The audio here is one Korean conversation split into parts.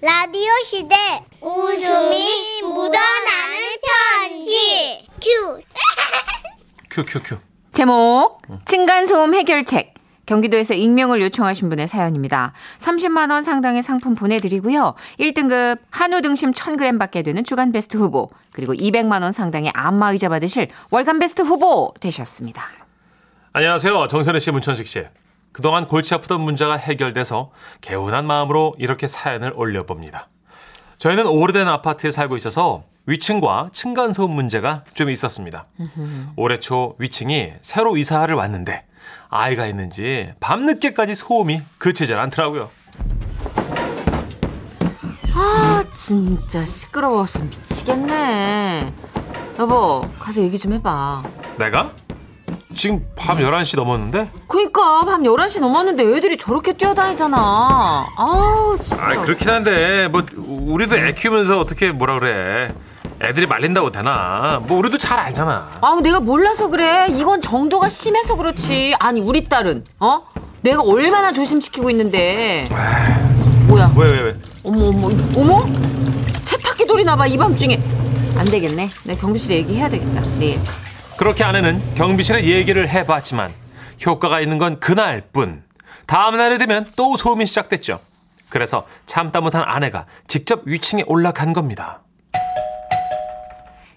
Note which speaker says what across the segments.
Speaker 1: 라디오 시대 웃음이 묻어나는 편지 큐
Speaker 2: 큐큐큐.
Speaker 3: 제목 층간소음 해결책 경기도에서 익명을 요청하신 분의 사연입니다. 30만 원 상당의 상품 보내드리고요. 1등급 한우 등심 1000g 받게 되는 주간베스트 후보 그리고 200만 원 상당의 안마의자 받으실 월간베스트 후보 되셨습니다.
Speaker 2: 안녕하세요. 정선혜 씨, 문천식 씨. 그동안 골치 아프던 문제가 해결돼서 개운한 마음으로 이렇게 사연을 올려봅니다. 저희는 오래된 아파트에 살고 있어서 위층과 층간소음 문제가 좀 있었습니다. 올해 초 위층이 새로 이사를 왔는데 아이가 있는지 밤늦게까지 소음이 그치질 않더라고요.
Speaker 3: 아 진짜 시끄러워서 미치겠네. 여보 가서 얘기 좀 해봐.
Speaker 2: 내가? 지금 밤 11시 넘었는데?
Speaker 3: 그니까 그러니까 밤 11시 넘었는데 애들이 저렇게 뛰어다니잖아. 아우 진짜.
Speaker 2: 아 그렇긴 한데 뭐 우리도 애 키우면서 어떻게 뭐라 그래 애들이 말린다고 되나 뭐 우리도 잘 알잖아
Speaker 3: 아우 내가 몰라서 그래. 이건 정도가 심해서 그렇지. 아니 우리 딸은 어? 내가 얼마나 조심시키고 있는데. 뭐야?
Speaker 2: 왜 왜왜
Speaker 3: 어머 어머 어머? 세탁기 돌이 나봐 이 밤중에. 안 되겠네. 내가 경비실에 얘기해야 되겠다. 네.
Speaker 2: 그렇게 아내는 경비실에 얘기를 해봤지만 효과가 있는 건 그날뿐 다음 날이 되면 또 소음이 시작됐죠 그래서 참다 못한 아내가 직접 위층에 올라간 겁니다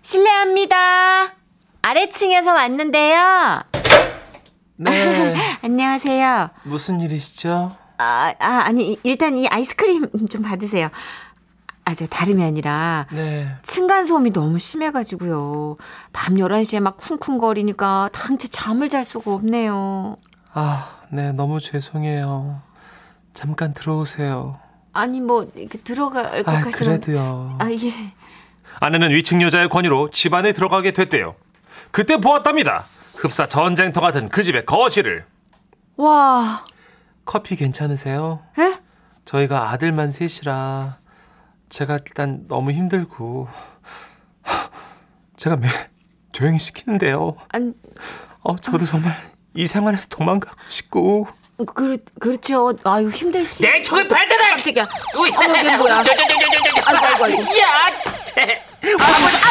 Speaker 3: 실례합니다. 아래층에서 왔는데요.
Speaker 2: 네
Speaker 3: 안녕하세요.
Speaker 2: 무슨 일이시죠
Speaker 3: 아, 아 아니 일단 이 아이스크림 좀 받으세요. 아 저 다름이 아니라
Speaker 2: 네
Speaker 3: 층간소음이 너무 심해가지고요. 밤 11시에 막 쿵쿵거리니까 당체 잠을 잘 수가 없네요.
Speaker 2: 아, 네, 너무 죄송해요. 잠깐 들어오세요.
Speaker 3: 아니, 뭐, 이렇게 들어갈
Speaker 2: 아,
Speaker 3: 것까지는.
Speaker 2: 그래도요.
Speaker 3: 아, 예.
Speaker 2: 아내는 위층 여자의 권유로 집 안에 들어가게 됐대요. 그때 보았답니다. 흡사 전쟁터 같은 그 집의 거실을.
Speaker 3: 와, 예?
Speaker 2: 커피 괜찮으세요?
Speaker 3: 에?
Speaker 2: 저희가 아들만 셋이라 제가 일단 너무 힘들고 제가 매일 조용히 시키는데요.
Speaker 3: 아니,
Speaker 2: 어, 저도 정말 이 생활에서 도망가고 싶고
Speaker 3: 그, 그렇죠. 아유, 힘드시.
Speaker 4: 내 총을 받아라!
Speaker 3: 깜짝이야. 어머, 이게 뭐야. 아이고, 아이고, 아이고.
Speaker 4: 야!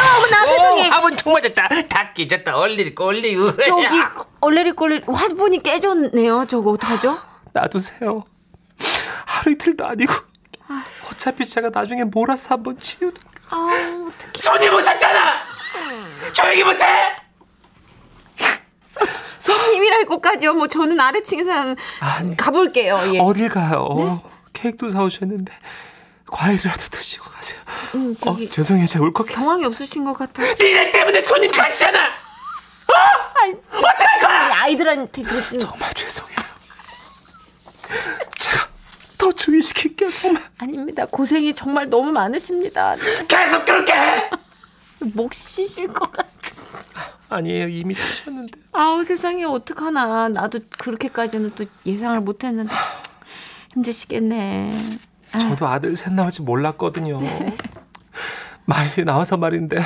Speaker 3: 아우, 나 세상에.
Speaker 4: 아버지 총 맞았다. 다 깨졌다. 얼리리 꼴리.
Speaker 3: 저기, 얼레리 꼴레리, 화분이 깨졌네요. 저거 어떡하죠?
Speaker 2: 놔두세요. 하루 이틀도 아니고 어차피 제가 나중에 몰아서 한번 치우.
Speaker 3: 아우, 어떡해. 음.
Speaker 4: 손이 못 샀잖아! 조용히 못해!
Speaker 3: 손님이랄 것까지요. 뭐, 저는 아래층에서 한- 가볼게요. 예. 네.
Speaker 2: 어딜 가요? 케이크도 사오셨는데 과일이라도 드시고 가세요.
Speaker 3: 음, 저기-
Speaker 2: 어, 죄송해요, 제가 울컥해서.
Speaker 3: 경황이 없으신 것 같아요.
Speaker 4: 니네 때문에 손님 가시잖아! 어?
Speaker 3: 아이,
Speaker 4: 어떡할 거야!
Speaker 3: 아이들한테 그러지.
Speaker 2: 정말 죄송해요. 제가 더 주의시킬게요, 정말.
Speaker 3: 아닙니다. 고생이 정말 너무 많으십니다. 네,
Speaker 4: 계속 그렇게 해!
Speaker 3: 목 쉬실 것 같아.
Speaker 2: 아니에요, 이미 드셨는데.
Speaker 3: 아우 세상에 어떡하나. 나도 그렇게까지는 또 예상을 못했는데 힘드시겠네.
Speaker 2: 저도 아들 셋 나올 지 몰랐거든요.
Speaker 3: 네.
Speaker 2: 말이 나와서 말인데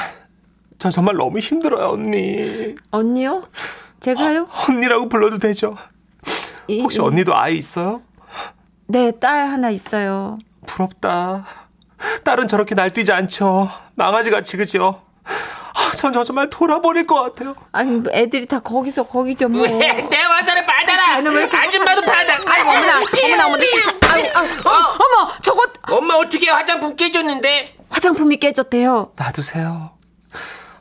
Speaker 2: 저 정말 너무 힘들어요, 언니.
Speaker 3: 언니요? 제가요?
Speaker 2: 언니라고 불러도 되죠?
Speaker 3: 이-
Speaker 2: 혹시
Speaker 3: 이-
Speaker 2: 언니도 아이 있어요?
Speaker 3: 네, 딸 하나 있어요.
Speaker 2: 부럽다. 딸은 저렇게 날뛰지 않죠. 망아지 같이 그죠? 아, 전저 정말 돌아버릴 것 같아요.
Speaker 3: 아니 뭐 애들이 다 거기서 거기죠 뭐.
Speaker 4: 왜? 내 와서를 받아라!
Speaker 3: 쟤는 왜 이렇게
Speaker 4: 아줌마도 받아!
Speaker 3: 아이고 어머나 어머나 어머나 세상. 아유, 아유, 어, 어머 저거
Speaker 4: 엄마 어떻게 화장품 깨졌는데?
Speaker 3: 화장품이 깨졌대요.
Speaker 2: 놔두세요.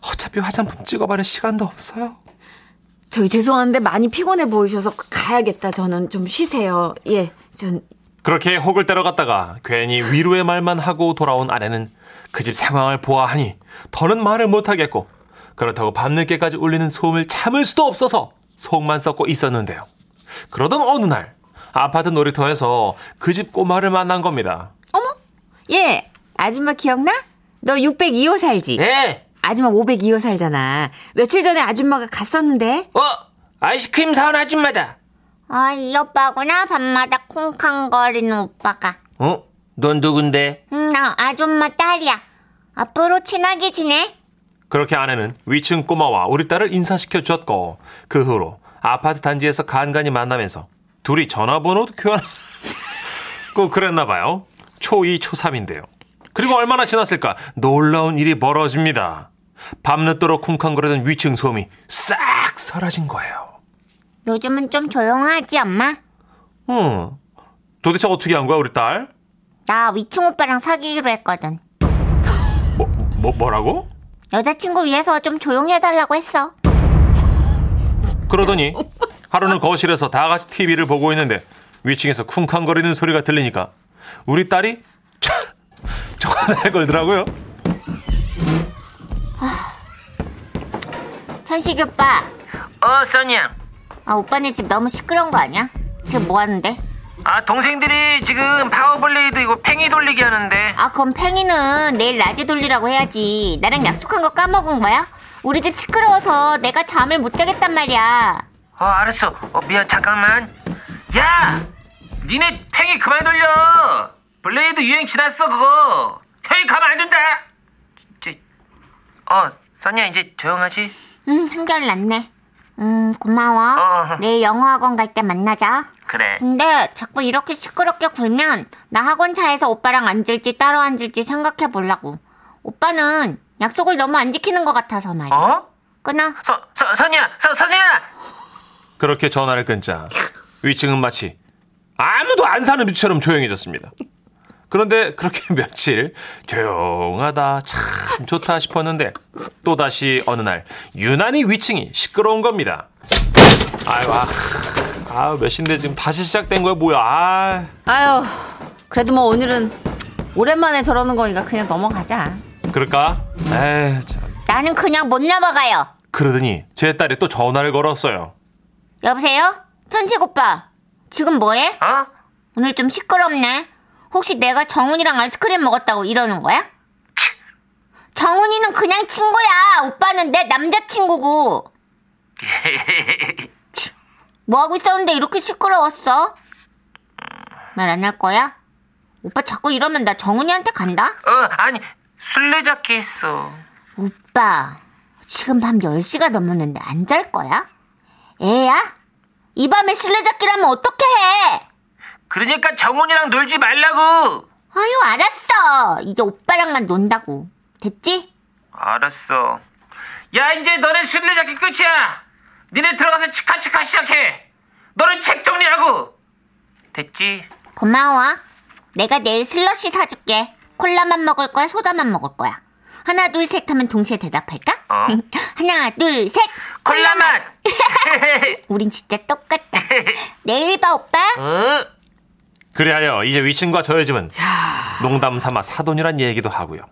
Speaker 2: 어차피 화장품 찍어봐야 시간도 없어요.
Speaker 3: 저기 죄송한데 많이 피곤해 보이셔서 가야겠다. 저는 좀 쉬세요. 예, 전
Speaker 2: 그렇게 혹을 때려갔다가 괜히 위로의 말만 하고 돌아온 아내는 그 집 상황을 보아하니 더는 말을 못하겠고 그렇다고 밤늦게까지 울리는 소음을 참을 수도 없어서 속만 썩고 있었는데요. 그러던 어느 날 아파트 놀이터에서 그 집 꼬마를 만난 겁니다.
Speaker 3: 어머? 예. 아줌마 기억나? 너 602호 살지?
Speaker 4: 예!
Speaker 3: 아줌마 502호 살잖아. 며칠 전에 아줌마가 갔었는데.
Speaker 4: 어? 아이스크림 사온 아줌마다.
Speaker 1: 아, 이 오빠구나. 밤마다 콩캉거리는 오빠가.
Speaker 4: 어? 넌 누군데?
Speaker 1: 음, 나 아줌마 딸이야. 앞으로 친하게 지내.
Speaker 2: 그렇게 아내는 위층 꼬마와 우리 딸을 인사시켜 주었고 그 후로 아파트 단지에서 간간히 만나면서 둘이 전화번호도 교환하고 그랬나 봐요. 초2, 초3인데요. 그리고 얼마나 지났을까? 놀라운 일이 벌어집니다. 밤늦도록 쿵쾅거리던 위층 소음이 싹 사라진 거예요.
Speaker 1: 요즘은 좀 조용하지, 엄마?
Speaker 2: 응. 도대체 어떻게 한 거야, 우리 딸?
Speaker 1: 나 위층 오빠랑 사귀기로 했거든.
Speaker 2: 뭐, 뭐, 뭐라고?
Speaker 1: 여자친구 위해서 좀 조용히 해달라고 했어.
Speaker 2: 그러더니 하루는 거실에서 다 같이 TV를 보고 있는데 위층에서 쿵쾅거리는 소리가 들리니까 우리 딸이 촤- 전화를 걸더라고요.
Speaker 1: 천식이 오빠,
Speaker 4: 어, 써니야.
Speaker 1: 아, 오빠네 집 너무 시끄러운 거 아니야? 지금 뭐 하는데?
Speaker 4: 아, 동생들이 지금 파워블레이드 이거 팽이 돌리기 하는데.
Speaker 1: 아, 그럼 팽이는 내일 낮에 돌리라고 해야지. 나랑 약속한 거 까먹은 거야? 우리 집 시끄러워서 내가 잠을 못 자겠단 말이야.
Speaker 4: 어, 알았어. 어, 미안, 잠깐만. 야! 니네 팽이 그만 돌려! 블레이드 유행 지났어, 그거! 형이 가면 안 된다! 저, 어, 써니야, 이제 조용하지?
Speaker 1: 음, 한결났네. 음, 고마워.
Speaker 4: 어.
Speaker 1: 내일 영어학원 갈 때 만나자.
Speaker 4: 그래.
Speaker 1: 근데 자꾸 이렇게 시끄럽게 굴면 나 학원 차에서 오빠랑 앉을지 따로 앉을지 생각해 보려고. 오빠는 약속을 너무 안 지키는 것 같아서 말이야.
Speaker 4: 어?
Speaker 1: 끊어.
Speaker 4: 서, 서, 선이야! 서, 선이야!
Speaker 2: 그렇게 전화를 끊자 위층은 마치 아무도 안 사는 집처럼 조용해졌습니다. 그런데 그렇게 며칠 조용하다 참 좋다 싶었는데 또다시 어느 날 유난히 위층이 시끄러운 겁니다. 아유 아, 아 몇신데 지금 다시 시작된 거야 뭐야 아
Speaker 3: 아유, 그래도 뭐 오늘은 오랜만에 저러는 거니까 그냥 넘어가자.
Speaker 2: 그럴까? 에이 참
Speaker 1: 나는 그냥 못 넘어가요.
Speaker 2: 그러더니 제 딸이 또 전화를 걸었어요.
Speaker 1: 여보세요? 천식 오빠. 지금 뭐해?
Speaker 4: 어?
Speaker 1: 오늘 좀 시끄럽네. 혹시 내가 정훈이랑 아이스크림 먹었다고 이러는 거야? 정훈이는 그냥 친구야. 오빠는 내 남자친구고. 치, 뭐 하고 있었는데 이렇게 시끄러웠어? 말 안 할 거야? 오빠 자꾸 이러면 나 정훈이한테 간다?
Speaker 4: 어, 아니, 술래잡기 했어.
Speaker 1: 오빠, 지금 밤 10시가 넘었는데 안 잘 거야? 애야? 이 밤에 술래잡기라면 어떻게 해?
Speaker 4: 그러니까 정훈이랑 놀지 말라고!
Speaker 1: 아유, 알았어. 이제 오빠랑만 논다고. 됐지?
Speaker 4: 알았어. 야, 이제 너네 술래잡기 끝이야! 니네 들어가서 치카치카 시작해! 너는 책 정리하고! 됐지?
Speaker 1: 고마워. 내가 내일 슬러시 사줄게. 콜라만 먹을 거야, 소다만 먹을 거야. 하나, 둘, 셋 하면 동시에 대답할까?
Speaker 4: 어.
Speaker 1: 하나, 둘, 셋!
Speaker 4: 콜라맛!
Speaker 1: 우린 진짜 똑같다. 내일 봐, 오빠.
Speaker 4: 어?
Speaker 2: 그리하여 이제 위층과 저의 집은 농담 삼아 사돈이란 얘기도 하고요.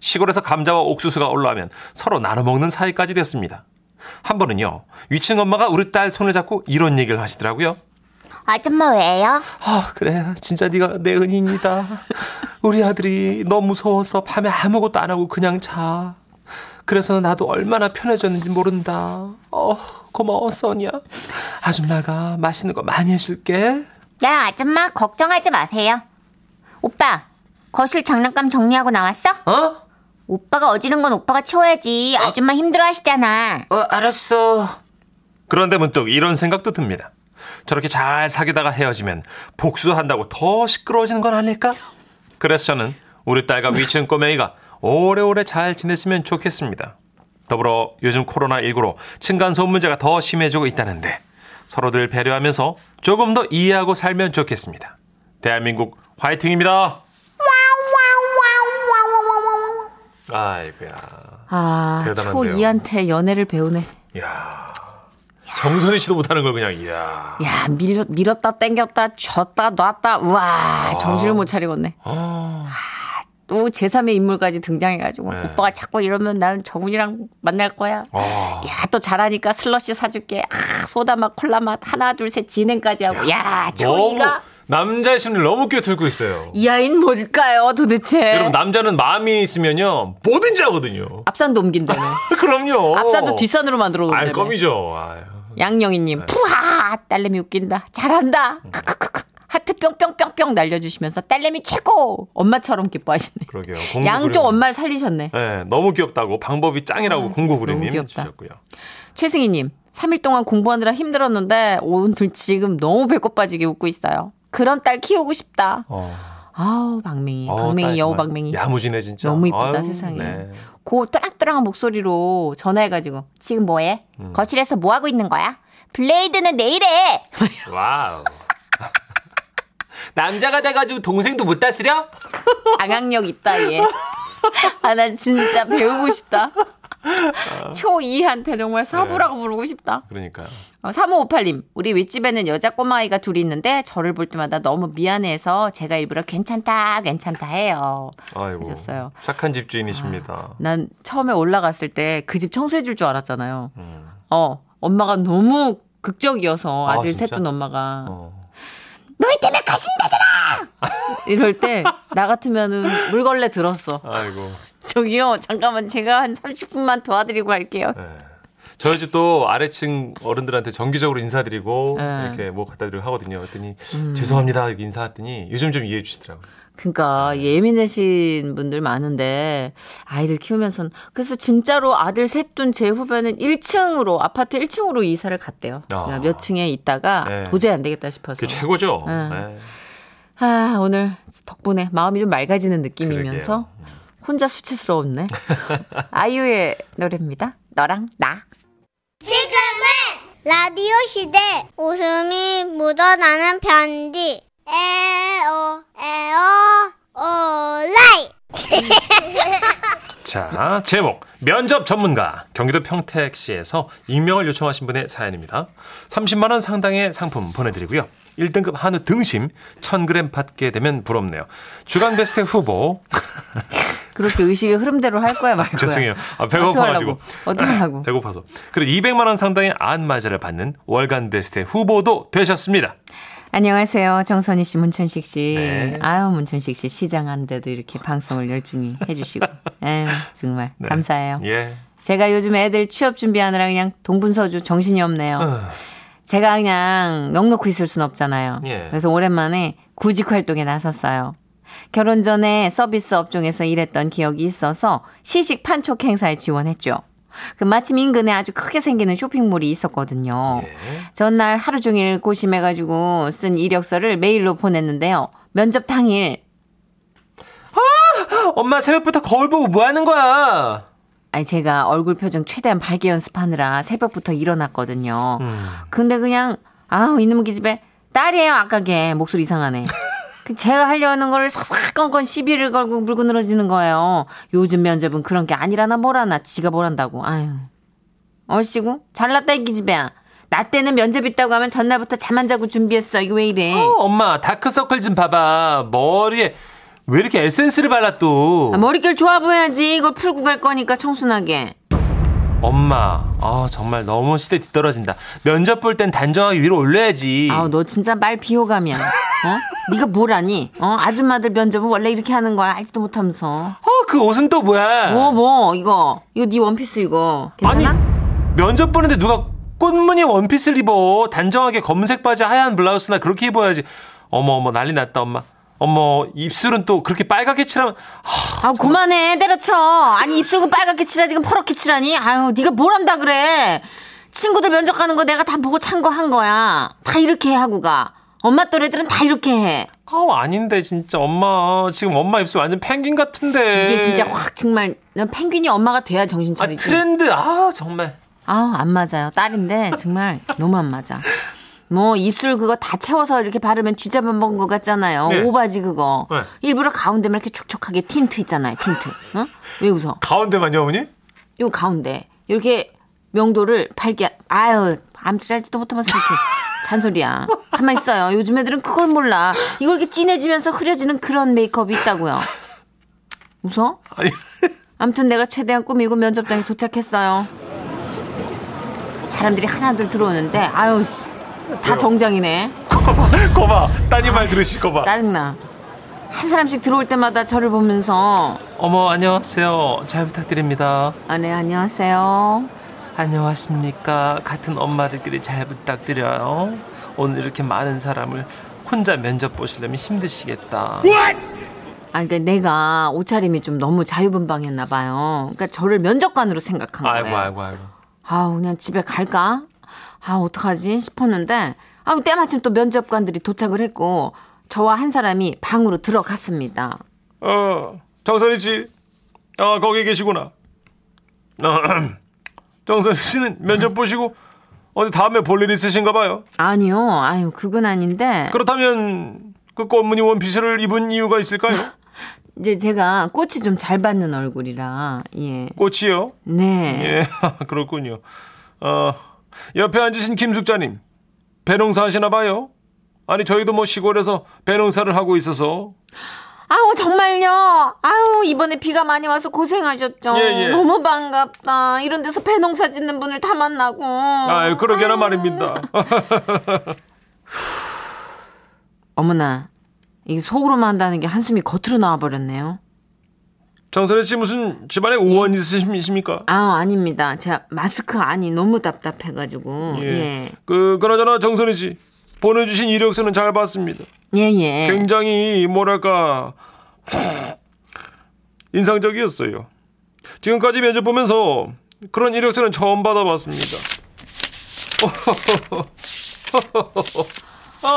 Speaker 2: 시골에서 감자와 옥수수가 올라오면 서로 나눠 먹는 사이까지 됐습니다. 한 번은요, 위층 엄마가 우리 딸 손을 잡고 이런 얘기를 하시더라고요.
Speaker 1: 아줌마 왜요?
Speaker 2: 아, 그래. 진짜 네가 내 은인이다. 우리 아들이 너무 무서워서 밤에 아무것도 안 하고 그냥 자. 그래서 나도 얼마나 편해졌는지 모른다. 어, 고마워, 써니야. 아줌마가 맛있는 거 많이 해줄게.
Speaker 1: 네, 아줌마 걱정하지 마세요. 오빠, 거실 장난감 정리하고 나왔어?
Speaker 4: 어?
Speaker 1: 오빠가 어지른 건 오빠가 치워야지. 아줌마 힘들어 하시잖아.
Speaker 4: 어, 알았어.
Speaker 2: 그런데 문득 이런 생각도 듭니다. 저렇게 잘 사귀다가 헤어지면 복수한다고 더 시끄러워지는 건 아닐까? 그래서 저는 우리 딸과 위층 꼬맹이가 오래오래 잘 지냈으면 좋겠습니다. 더불어 요즘 코로나19로 층간소음 문제가 더 심해지고 있다는데 서로들 배려하면서 조금 더 이해하고 살면 좋겠습니다. 대한민국 화이팅입니다. 아이고야.
Speaker 3: 아,
Speaker 2: 대단한데요.
Speaker 3: 초2한테 연애를 배우네.
Speaker 2: 야 정선희 씨도 못하는 걸 그냥 이야.
Speaker 3: 야, 밀, 밀었다, 땡겼다, 졌다, 놨다. 우와, 정신을 못 차리겠네.
Speaker 2: 아.
Speaker 3: 또 제3의 인물까지 등장해가지고
Speaker 2: 네.
Speaker 3: 오빠가 자꾸 이러면 나는 정훈이랑 만날 거야.
Speaker 2: 아.
Speaker 3: 야 또 잘하니까 슬러시 사줄게. 아, 소다 맛 콜라 맛 하나 둘 셋 진행까지 하고. 야
Speaker 2: 너무
Speaker 3: 초이가
Speaker 2: 남자의 심리를 너무 꿰뚫고 있어요.
Speaker 3: 이 아이는 뭘까요 도대체?
Speaker 2: 여러분 남자는 마음이 있으면요 뭐든지 하거든요.
Speaker 3: 앞산도 옮긴다며.
Speaker 2: 그럼요.
Speaker 3: 앞산도 뒷산으로 만들어
Speaker 2: 알
Speaker 3: 놓는다며.
Speaker 2: 껌이죠. 아유.
Speaker 3: 양영희님
Speaker 1: 아,
Speaker 3: 푸하 딸내미 웃긴다. 잘한다. 크크크크. 하트 뿅뿅뿅뿅 날려주시면서 딸내미 최고. 엄마처럼 기뻐하시네.
Speaker 2: 그러게요.
Speaker 3: 양쪽 엄마를 살리셨네. 아,
Speaker 2: 네, 너무 귀엽다고 방법이 짱이라고
Speaker 3: 너무
Speaker 2: 공구구리님
Speaker 3: 귀엽다.
Speaker 2: 주셨고요.
Speaker 3: 최승희님, 3일 동안 공부하느라 힘들었는데 오늘 지금 너무 배꼽 빠지게 웃고 있어요. 그런 딸 키우고 싶다.
Speaker 2: 어.
Speaker 1: 아우 박맹이,
Speaker 2: 어, 딸
Speaker 1: 박맹이 여우
Speaker 2: 정말
Speaker 1: 박맹이.
Speaker 2: 야무지네 진짜.
Speaker 1: 너무 이쁘다,
Speaker 2: 아유,
Speaker 1: 세상에.
Speaker 2: 네.
Speaker 1: 고 또랑또랑한 목소리로 전화해가지고
Speaker 5: 지금 뭐해?
Speaker 2: 음.
Speaker 5: 거실에서 뭐 하고 있는 거야? 블레이드는 내일에.
Speaker 2: 와우. 남자가 돼가지고 동생도 못 다스려?
Speaker 1: 장악력 있다 얘. 아 나 진짜 배우고 싶다.
Speaker 2: 어.
Speaker 1: 초이한테 정말
Speaker 2: 네.
Speaker 1: 사부라고 부르고 싶다.
Speaker 2: 그러니까요.
Speaker 1: 어, 3558님, 우리 윗집에는 여자 꼬마아이가 둘이 있는데 저를 볼 때마다 너무 미안해서 제가 일부러 괜찮다, 괜찮다 해요.
Speaker 2: 아이고.
Speaker 1: 하셨어요.
Speaker 2: 착한
Speaker 3: 아.
Speaker 2: 집주인이십니다.
Speaker 1: 난 처음에 올라갔을 때 그 집 청소해 줄 줄 알았잖아요.
Speaker 2: 음.
Speaker 1: 어, 엄마가 너무 극적이어서
Speaker 2: 아,
Speaker 1: 아들
Speaker 2: 진짜?
Speaker 1: 셋 둔 엄마가
Speaker 2: 어.
Speaker 5: 너희 때문에 가신다잖아.
Speaker 1: 이럴 때 나 같으면은 물걸레 들었어.
Speaker 2: 아이고.
Speaker 1: 저기요, 잠깐만 제가 한 30분만 도와드리고 갈게요.
Speaker 2: 네. 저희 집도 아래층 어른들한테 정기적으로 인사드리고
Speaker 1: 네. 음.
Speaker 2: 이렇게 뭐 갖다 드리고 하거든요. 그랬더니 죄송합니다 이렇게 인사했더니 요즘 좀 이해해 주시더라고요. 네.
Speaker 1: 그러니까 예민하신 분들 많은데 아이들 키우면서는 그래서 진짜로 아들 셋 둔 제 후배는 1층으로 아파트 1층으로 이사를 갔대요.
Speaker 2: 아.
Speaker 1: 그러니까 몇 층에 있다가
Speaker 2: 네.
Speaker 1: 도저히 안 되겠다 싶어서.
Speaker 2: 그게 최고죠.
Speaker 1: 네.
Speaker 2: 네.
Speaker 1: 아 오늘 덕분에 마음이 좀 맑아지는 느낌이면서
Speaker 2: 그러게요.
Speaker 1: 혼자 수치스러웠네. 아이유의 노래입니다. 너랑 나.
Speaker 6: 지금은 라디오 시대 웃음이 묻어나는 편지 에어 에어 오라이
Speaker 2: 자, 제목 면접 전문가 경기도 평택시에서 익명을 요청하신 분의 사연입니다. 30만 원 상당의 상품 보내드리고요. 1등급 한우 등심 1,000g 받게 되면 부럽네요. 주간 베스트 후보
Speaker 1: 네. 그렇게 의식의 흐름대로 할 거야 말 거야.
Speaker 2: 죄송해요. 아, 배고파가지고.
Speaker 1: 어떻게 하고?
Speaker 2: 배고파서 그리고 200만 원 상당의 안마자를 받는 월간 베스트 후보도 되셨습니다.
Speaker 1: 안녕하세요. 정선희 씨, 문천식 씨.
Speaker 2: 네. 아.
Speaker 1: 아유, 문천식 씨 시장한데도 이렇게 방송을 열중히 해주시고. 에휴, 정말
Speaker 2: 네.
Speaker 1: 감사해요.
Speaker 2: 예.
Speaker 1: 제가 요즘 애들 취업 준비하느라 그냥 동분서주 정신이 없네요.
Speaker 2: 아,
Speaker 1: 제가 그냥 넉넉히 있을 순 없잖아요.
Speaker 2: 예.
Speaker 1: 그래서 오랜만에 구직 활동에 나섰어요. 결혼 전에 서비스 업종에서 일했던 기억이 있어서 시식 판촉 행사에 지원했죠. 그 마침 인근에 아주 크게 생기는 쇼핑몰이 있었거든요.
Speaker 2: 예.
Speaker 1: 전날 하루 종일 고심해가지고 쓴 이력서를 메일로 보냈는데요. 면접 당일
Speaker 2: 엄마 새벽부터 거울 보고 뭐 하는 거야?
Speaker 1: 아니 제가 얼굴 표정 최대한 밝게 연습하느라 새벽부터 일어났거든요. 근데 그냥 아우 이놈의 기집애 딸이에요 아까 걔 목소리 이상하네. 그 제가 하려는 걸 사사건건 시비를 걸고 물고 늘어지는 거예요. 요즘 면접은 그런 게 아니라나 뭐라나 지가 뭐란다고. 아유 얼씨구 잘났다 이 기집애야. 나 때는 면접 있다고 하면 전날부터 잠 안 자고 준비했어. 이거 왜 이래?
Speaker 2: 어, 엄마 다크서클 좀 봐봐. 머리에 왜 이렇게 에센스를 발라 또?
Speaker 1: 아, 머릿결 좋아 보여야지. 이걸 풀고 갈 거니까 청순하게.
Speaker 2: 엄마, 아 정말 너무 시대 뒤떨어진다. 면접 볼 땐 단정하게 위로 올려야지.
Speaker 1: 아우 너 진짜 말 비호감이야. 어? 네가 뭘 아니? 어? 아줌마들 면접은 원래 이렇게 하는 거야. 알지도 못하면서.
Speaker 2: 어, 그 옷은 또 뭐야?
Speaker 1: 뭐 뭐 이거 이거 네 원피스 이거
Speaker 2: 아니
Speaker 1: 괜찮아?
Speaker 2: 면접 보는데 누가 꽃무늬 원피스를 입어? 단정하게 검은색 바지, 하얀 블라우스나 그렇게 입어야지. 어머 어머 난리 났다 엄마. 어머 입술은 또 그렇게 빨갛게 칠하면 하,
Speaker 1: 아우 그만해 때려쳐. 아니 입술고 빨갛게 칠하 지금 퍼렇게 칠하니? 아유 네가 뭘 한다 그래? 친구들 면접 가는 거 내가 다 보고 찬 거 한 거야. 다 이렇게 하고 가. 엄마 또래들은 다 이렇게 해.
Speaker 2: 아우 아닌데 진짜 엄마 지금 엄마 입술 완전 펭귄 같은데.
Speaker 1: 이게 진짜 확 정말 난 펭귄이 엄마가 돼야 정신
Speaker 2: 네. 아
Speaker 1: 차리지.
Speaker 2: 트렌드 아 정말.
Speaker 1: 아우 안 맞아요 딸인데 정말 너무 안 맞아 뭐 입술 그거 다 채워서 이렇게 바르면 쥐잡아 먹은 것 같잖아요
Speaker 2: 네.
Speaker 1: 오바지 그거
Speaker 2: 네.
Speaker 1: 일부러 가운데만 이렇게 촉촉하게 틴트 있잖아요 틴트 어? 왜 웃어
Speaker 2: 가운데만요 어머니?
Speaker 1: 요 가운데 이렇게 명도를 밝게 아유 아무튼 알지도 못하면서 이렇게 잔소리야 가만 있어요 요즘 애들은 그걸 몰라 이걸 이렇게 진해지면서 흐려지는 그런 메이크업이 있다고요 웃어?
Speaker 2: 아니
Speaker 1: 아무튼 내가 최대한 꾸미고 면접장에 도착했어요. 사람들이 하나둘 들어오는데 아유 씨. 다 정장이네.
Speaker 2: 거봐 따님 말 들으실 거봐.
Speaker 1: 짜증나. 한 사람씩 들어올 때마다 저를 보면서
Speaker 2: 어머 안녕하세요 잘 부탁드립니다.
Speaker 1: 아, 네, 안녕하세요.
Speaker 2: 안녕하십니까. 같은 엄마들끼리 잘 부탁드려요. 오늘 이렇게 많은 사람을 혼자 면접 보시려면 힘드시겠다. 네.
Speaker 1: 아, 그러니까 내가 옷차림이 좀 너무 자유분방했나 봐요. 그러니까 저를 면접관으로 생각한 거예요.
Speaker 2: 아이고 아이고 아이고.
Speaker 1: 아우 그냥 집에 갈까? 아 어떡하지 싶었는데 아우 때마침 또 면접관들이 도착을 했고 저와 한 사람이 방으로 들어갔습니다.
Speaker 2: 어, 정선희 씨. 아, 거기 계시구나. 아, 정선희 씨는 면접 보시고 어디 다음에 볼 일 있으신가 봐요.
Speaker 1: 아니요, 아유, 그건 아닌데.
Speaker 2: 그렇다면 그 꽃무늬 원피스를 입은 이유가 있을까요?
Speaker 1: 이제 제가 꽃이 좀 잘 받는 얼굴이라, 예.
Speaker 2: 꽃이요?
Speaker 1: 네.
Speaker 2: 예, 그렇군요. 어, 옆에 앉으신 김숙자님, 배농사 하시나 봐요? 아니, 저희도 뭐 시골에서 배농사를 하고 있어서.
Speaker 1: 아우, 정말요. 아우, 이번에 비가 많이 와서 고생하셨죠.
Speaker 2: 예, 예.
Speaker 1: 너무 반갑다. 이런 데서 배농사 짓는 분을 다 만나고. 어.
Speaker 2: 아, 그러게나 말입니다.
Speaker 1: 어머나, 이게 속으로만 한다는 게 한숨이 겉으로 나와버렸네요.
Speaker 2: 정선혜 씨 무슨 집안에 우원 있으십니까?
Speaker 1: 아우, 아닙니다. 제가 마스크 안이 너무 답답해가지고. 예.
Speaker 2: 그, 그나저나 정선혜 씨, 보내주신 이력서는 잘 봤습니다.
Speaker 1: 예, 예.
Speaker 2: 그 굉장히, 뭐랄까, 인상적이었어요. 지금까지 면접 보면서 그런 이력서는 처음 받아봤습니다.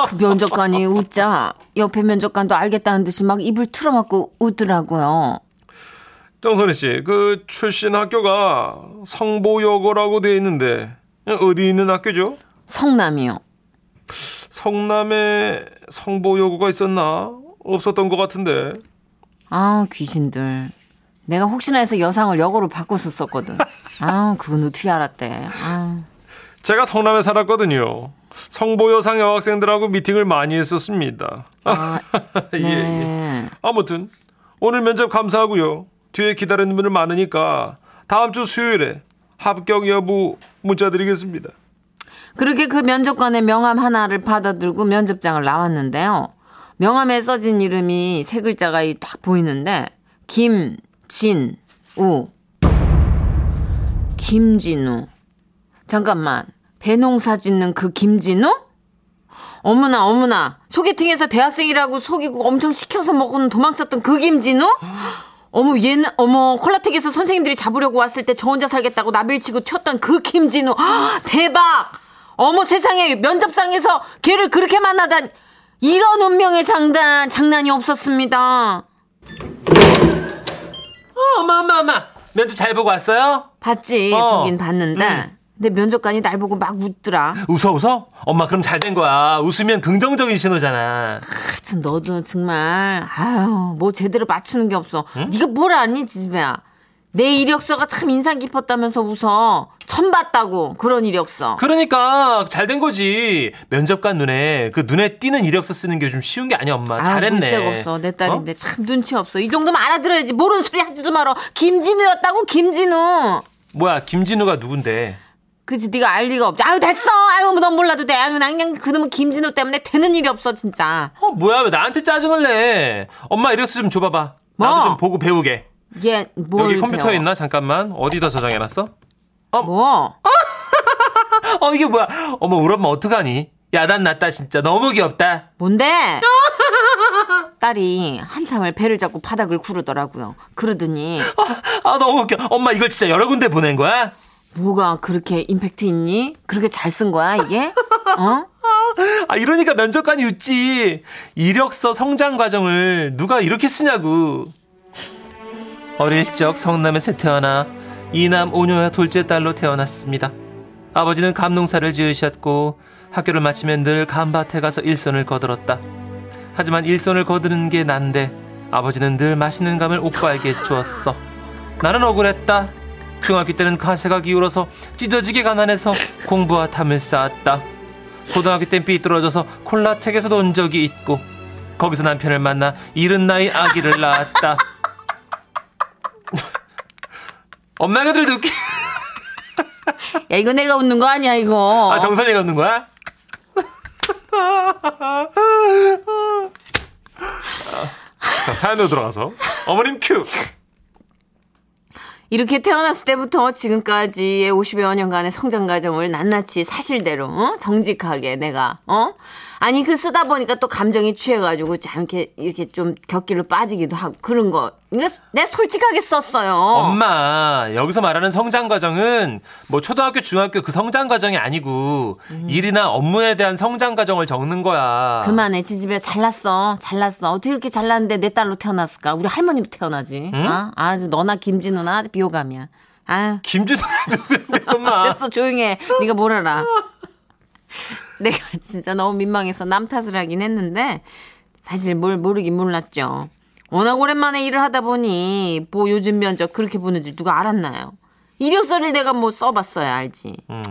Speaker 1: 그 면접관이 웃자 옆에 면접관도 알겠다는 듯이 막 입을 틀어막고 웃더라고요.
Speaker 2: 정선희 씨, 그 출신 학교가 성보여고라고 되어 있는데 어디 있는 학교죠?
Speaker 1: 성남이요.
Speaker 2: 성남에 성보여고가 있었나? 없었던 것 같은데.
Speaker 1: 아 귀신들. 내가 혹시나 해서 여상을 여고로 바꿨었었거든. 아 그건 어떻게 알았대. 아.
Speaker 2: 제가 성남에 살았거든요. 성보여상 여학생들하고 미팅을 많이 했었습니다.
Speaker 1: 아,
Speaker 2: 예, 예.
Speaker 1: 네.
Speaker 2: 아무튼 오늘 면접 감사하고요. 뒤에 기다리는 분들 많으니까 다음 주 수요일에 합격 여부 문자 드리겠습니다.
Speaker 1: 그렇게 그 면접관의 명함 하나를 받아들고 면접장을 나왔는데요. 명함에 써진 이름이 세 글자가 이딱 보이는데 김진우 김진우 잠깐만 배농사 짓는 그 김진우? 어머나 어머나 소개팅에서 대학생이라고 속이고 엄청 시켜서 먹고는 도망쳤던 그 김진우? 어머 얘는 어머 콜라텍에서 선생님들이 잡으려고 왔을 때 저 혼자 살겠다고 나빌치고 튀었던 그 김진우 헉, 대박 어머 세상에 면접상에서 걔를 그렇게 만나다니 이런 운명의 장단 장난이 없었습니다
Speaker 2: 어마 어마 어마 면접 잘 보고 왔어요?
Speaker 1: 봤지
Speaker 2: 어,
Speaker 1: 보긴 봤는데 근데 면접관이 날 보고 막 웃더라
Speaker 2: 웃어 웃어? 엄마 그럼 잘 된 거야. 웃으면 긍정적인 신호잖아.
Speaker 1: 하여튼 너도 정말 아유 뭐 제대로 맞추는 게 없어. 네가 뭘 아니 지지배야. 내 이력서가 참 인상 깊었다면서 웃어. 처음 봤다고 그런 이력서.
Speaker 2: 그러니까 잘 된 거지. 면접관 눈에 그 눈에 띄는 이력서 쓰는 게 좀 쉬운 게 아니야, 엄마. 잘했네.
Speaker 1: 물색 없어 내 딸인데 참 눈치 없어. 이 정도면 알아들어야지. 모르는 소리 하지도 말어. 김진우였다고 김진우.
Speaker 2: 뭐야, 김진우가 누군데?
Speaker 1: 그지 네가 알 리가 없지. 아유 됐어. 아유 뭐 넌 몰라도 돼. 아유 난 그냥 그놈은 김진우 때문에 되는 일이 없어 진짜.
Speaker 2: 어, 뭐야, 왜 나한테 짜증을 내? 엄마 이력서 좀 줘봐봐. 나도
Speaker 1: 뭐?
Speaker 2: 좀 보고 배우게.
Speaker 1: 얘뭘
Speaker 2: 여기 컴퓨터에 있나? 잠깐만. 어디다 저장해놨어?
Speaker 1: 뭐?
Speaker 2: 어, 이게 뭐야? 어머, 우리 엄마 어떡하니? 야, 난 낫다, 진짜. 너무 귀엽다.
Speaker 1: 뭔데? 딸이 한참을 배를 잡고 바닥을 구르더라고요. 그러더니
Speaker 2: 아, 너무 웃겨. 엄마 이걸 진짜 여러 군데 보낸 거야?
Speaker 1: 뭐가 그렇게 임팩트 있니? 그렇게 잘 쓴 거야 이게? 어?
Speaker 2: 아, 이러니까 면접관이 웃지. 이력서 성장 과정을 누가 이렇게 쓰냐고. 어릴 적 성남에서 태어나 이남 오녀의 둘째 딸로 태어났습니다. 아버지는 감농사를 지으셨고 학교를 마치면 늘 감밭에 가서 일손을 거들었다. 하지만 일손을 거드는 게 난데 아버지는 늘 맛있는 감을 옥바에게 주었어. 나는 억울했다. 중학교 때는 가세가 기울어서 찢어지게 가난해서 공부와 탐을 쌓았다. 고등학교 땐 삐뚤어져서 콜라텍에서 논 적이 있고 거기서 남편을 만나 이른 나이 아기를 낳았다. 엄마가 들어도 웃기.
Speaker 1: 야 이거 내가 웃는 거 아니야 이거?
Speaker 2: 아 정선이가 웃는 거야? 자 사연으로 들어가서 어머님 큐.
Speaker 1: 이렇게 태어났을 때부터 지금까지의 50여 년간의 성장 과정을 낱낱이 사실대로 어? 정직하게 내가 어? 아니 그 쓰다 보니까 또 감정이 취해가지고 참 이렇게 이렇게 좀 곁길로 빠지기도 하고 그런 거. 이거 내가 솔직하게 썼어요.
Speaker 2: 엄마 여기서 말하는 성장 과정은 뭐 초등학교 중학교 그 성장 과정이 아니고 일이나 업무에 대한 성장 과정을 적는 거야.
Speaker 1: 그만해 지지배야 잘났어 잘났어 어떻게 이렇게 잘났는데 내 딸로 태어났을까 우리 할머니로 태어나지 아 아주 너나 김진우나 아주 비호감이야 아
Speaker 2: 김준호 누군데 엄마.
Speaker 1: 됐어 조용해 네가 뭘 알아 내가 진짜 너무 민망해서 남 탓을 하긴 했는데 사실 뭘 모르긴 몰랐죠 워낙 오랜만에 일을 하다 보니 뭐 요즘 면접 그렇게 보는 줄 누가 알았나요 이력서를 내가 뭐 써봤어야 알지
Speaker 2: 음.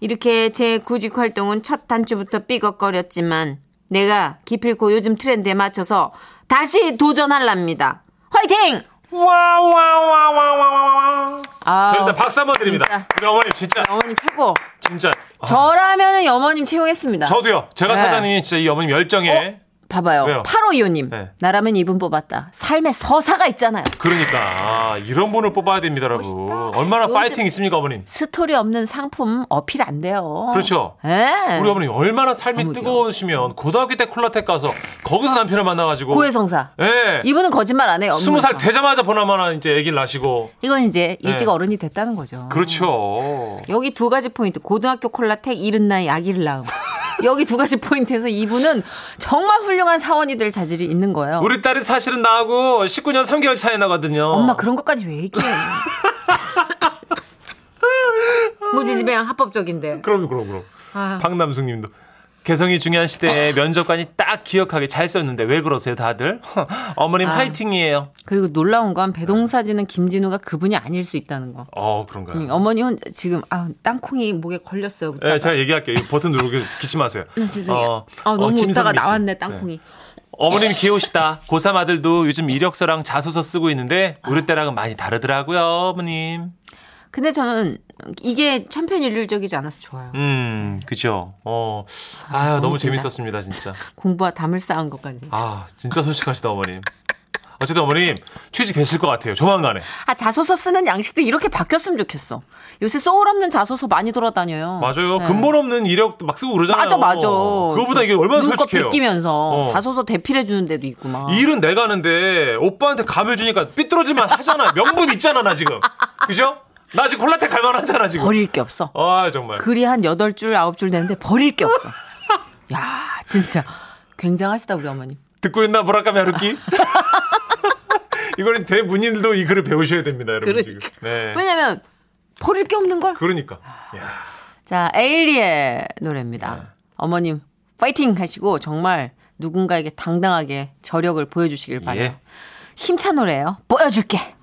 Speaker 1: 이렇게 제 구직 활동은 첫 단추부터 삐걱거렸지만 내가 기필코 요즘 트렌드에 맞춰서 다시 도전할랍니다. 화이팅!
Speaker 2: 와와와와와와와.
Speaker 1: 아,
Speaker 2: 저 일단 박수 한번 드립니다.
Speaker 1: 진짜.
Speaker 2: 우리 어머님 진짜
Speaker 1: 어머님 최고.
Speaker 2: 진짜. 아,
Speaker 1: 저라면 어머님 채용했습니다.
Speaker 2: 저도요. 제가
Speaker 1: 네.
Speaker 2: 사장님이 진짜 이 어머님 열정에
Speaker 1: 봐봐요.
Speaker 2: 왜요?
Speaker 1: 8525님.
Speaker 2: 네.
Speaker 1: 나라면 이분 뽑았다. 삶의 서사가 있잖아요.
Speaker 2: 그러니까 아, 이런 분을 뽑아야 됩니다, 여러분. 얼마나
Speaker 1: 요즘-
Speaker 2: 파이팅 있습니까, 어머님?
Speaker 1: 스토리 없는 상품 어필 안 돼요.
Speaker 2: 그렇죠.
Speaker 1: 예.
Speaker 2: 우리 어머님 얼마나 삶이
Speaker 1: 너무
Speaker 2: 뜨거우시면 고등학교 때 콜라텍 가서 거기서 남편을 만나가지고
Speaker 1: 고해성사.
Speaker 2: 예.
Speaker 1: 이분은 거짓말 안 해요.
Speaker 2: 뭐 스무 살
Speaker 1: 업무에서.
Speaker 2: 되자마자 보나마나 이제 아기를 낳으시고
Speaker 1: 이건 이제 일찍
Speaker 2: 네.
Speaker 1: 어른이 됐다는 거죠.
Speaker 2: 그렇죠.
Speaker 1: 여기 두 가지 포인트. 고등학교 콜라텍 이른 나이 아기를 낳음. 여기 두 가지 포인트에서 이분은 정말 훌륭한 사원이 될 자질이 있는 거예요.
Speaker 2: 우리 딸이 사실은 나하고 19년 3개월 차이 나거든요.
Speaker 1: 엄마 그런 것까지 왜 얘기해? 무지지배랑 합법적인데.
Speaker 2: 그럼 그럼 그럼.
Speaker 1: 아.
Speaker 2: 박남숙님도 개성이 중요한 시대에 면접관이 딱 기억하게 잘 썼는데 왜 그러세요 다들? 어머님
Speaker 1: 아.
Speaker 2: 파이팅이에요.
Speaker 1: 그리고 놀라운 건 배동사진은 김진우가 그분이 아닐 수 있다는 거.
Speaker 2: 어 그런가요?
Speaker 1: 음, 어머니 혼자 지금 아 땅콩이 목에 걸렸어요. 웃다가.
Speaker 2: 네, 제가 얘기할게요. 이 버튼 누르고 기침하세요. 어,
Speaker 1: 죄송해요. 아, 너무 웃다가
Speaker 2: 김선미 씨.
Speaker 1: 나왔네
Speaker 2: 네.
Speaker 1: 땅콩이.
Speaker 2: 어머님 귀여우시다. 고3 아들도 요즘 이력서랑 자소서 쓰고 있는데
Speaker 1: 아.
Speaker 2: 우리 때랑은 많이 다르더라고요, 어머님.
Speaker 1: 근데 저는 이게 천편일률적이지 않아서 좋아요.
Speaker 2: 음, 그죠. 어, 아유, 너무 재밌었습니다, 진짜.
Speaker 1: 공부와 담을 쌓은 것까지.
Speaker 2: 아, 진짜 솔직하시다, 어머님. 어쨌든 어머님 취직되실 것 같아요. 조만간에.
Speaker 1: 아 자소서 쓰는 양식도 이렇게 바뀌었으면 좋겠어. 요새 소울 없는 자소서 많이 돌아다녀요.
Speaker 2: 맞아요. 근본 없는 이력 막 쓰고 그러잖아요.
Speaker 1: 어. 네. 맞아 맞아.
Speaker 2: 그거보다 이게 얼마나
Speaker 1: 눈껏
Speaker 2: 솔직해요.
Speaker 1: 베끼면서 아.
Speaker 2: 어.
Speaker 1: 자소서 대필해 주는 데도 있고 막.
Speaker 2: 이 일은 내가 하는데 오빠한테 감을 주니까 삐뚤어질만 하잖아. 명분 있잖아, 나 지금. 그죠? 나 지금 콜라텍 갈만 하잖아, 지금.
Speaker 1: 버릴 게 없어.
Speaker 2: 아, 정말.
Speaker 1: 글이 한 여덟 줄 아홉 줄 되는데 버릴 게 없어. 야 진짜 굉장하시다 우리 어머님.
Speaker 2: 듣고 있나 보라카미 하루키? 이거는 대문인들도 이 글을 배우셔야 됩니다, 여러분 지금. 네.
Speaker 1: 그러니까. 왜냐면 버릴 게 없는 걸.
Speaker 2: 그러니까. 야,
Speaker 1: 자 에일리의 노래입니다. 어머님 파이팅 하시고 정말 누군가에게 당당하게 저력을 보여주시길 바래요. 힘찬 노래예요. 보여줄게.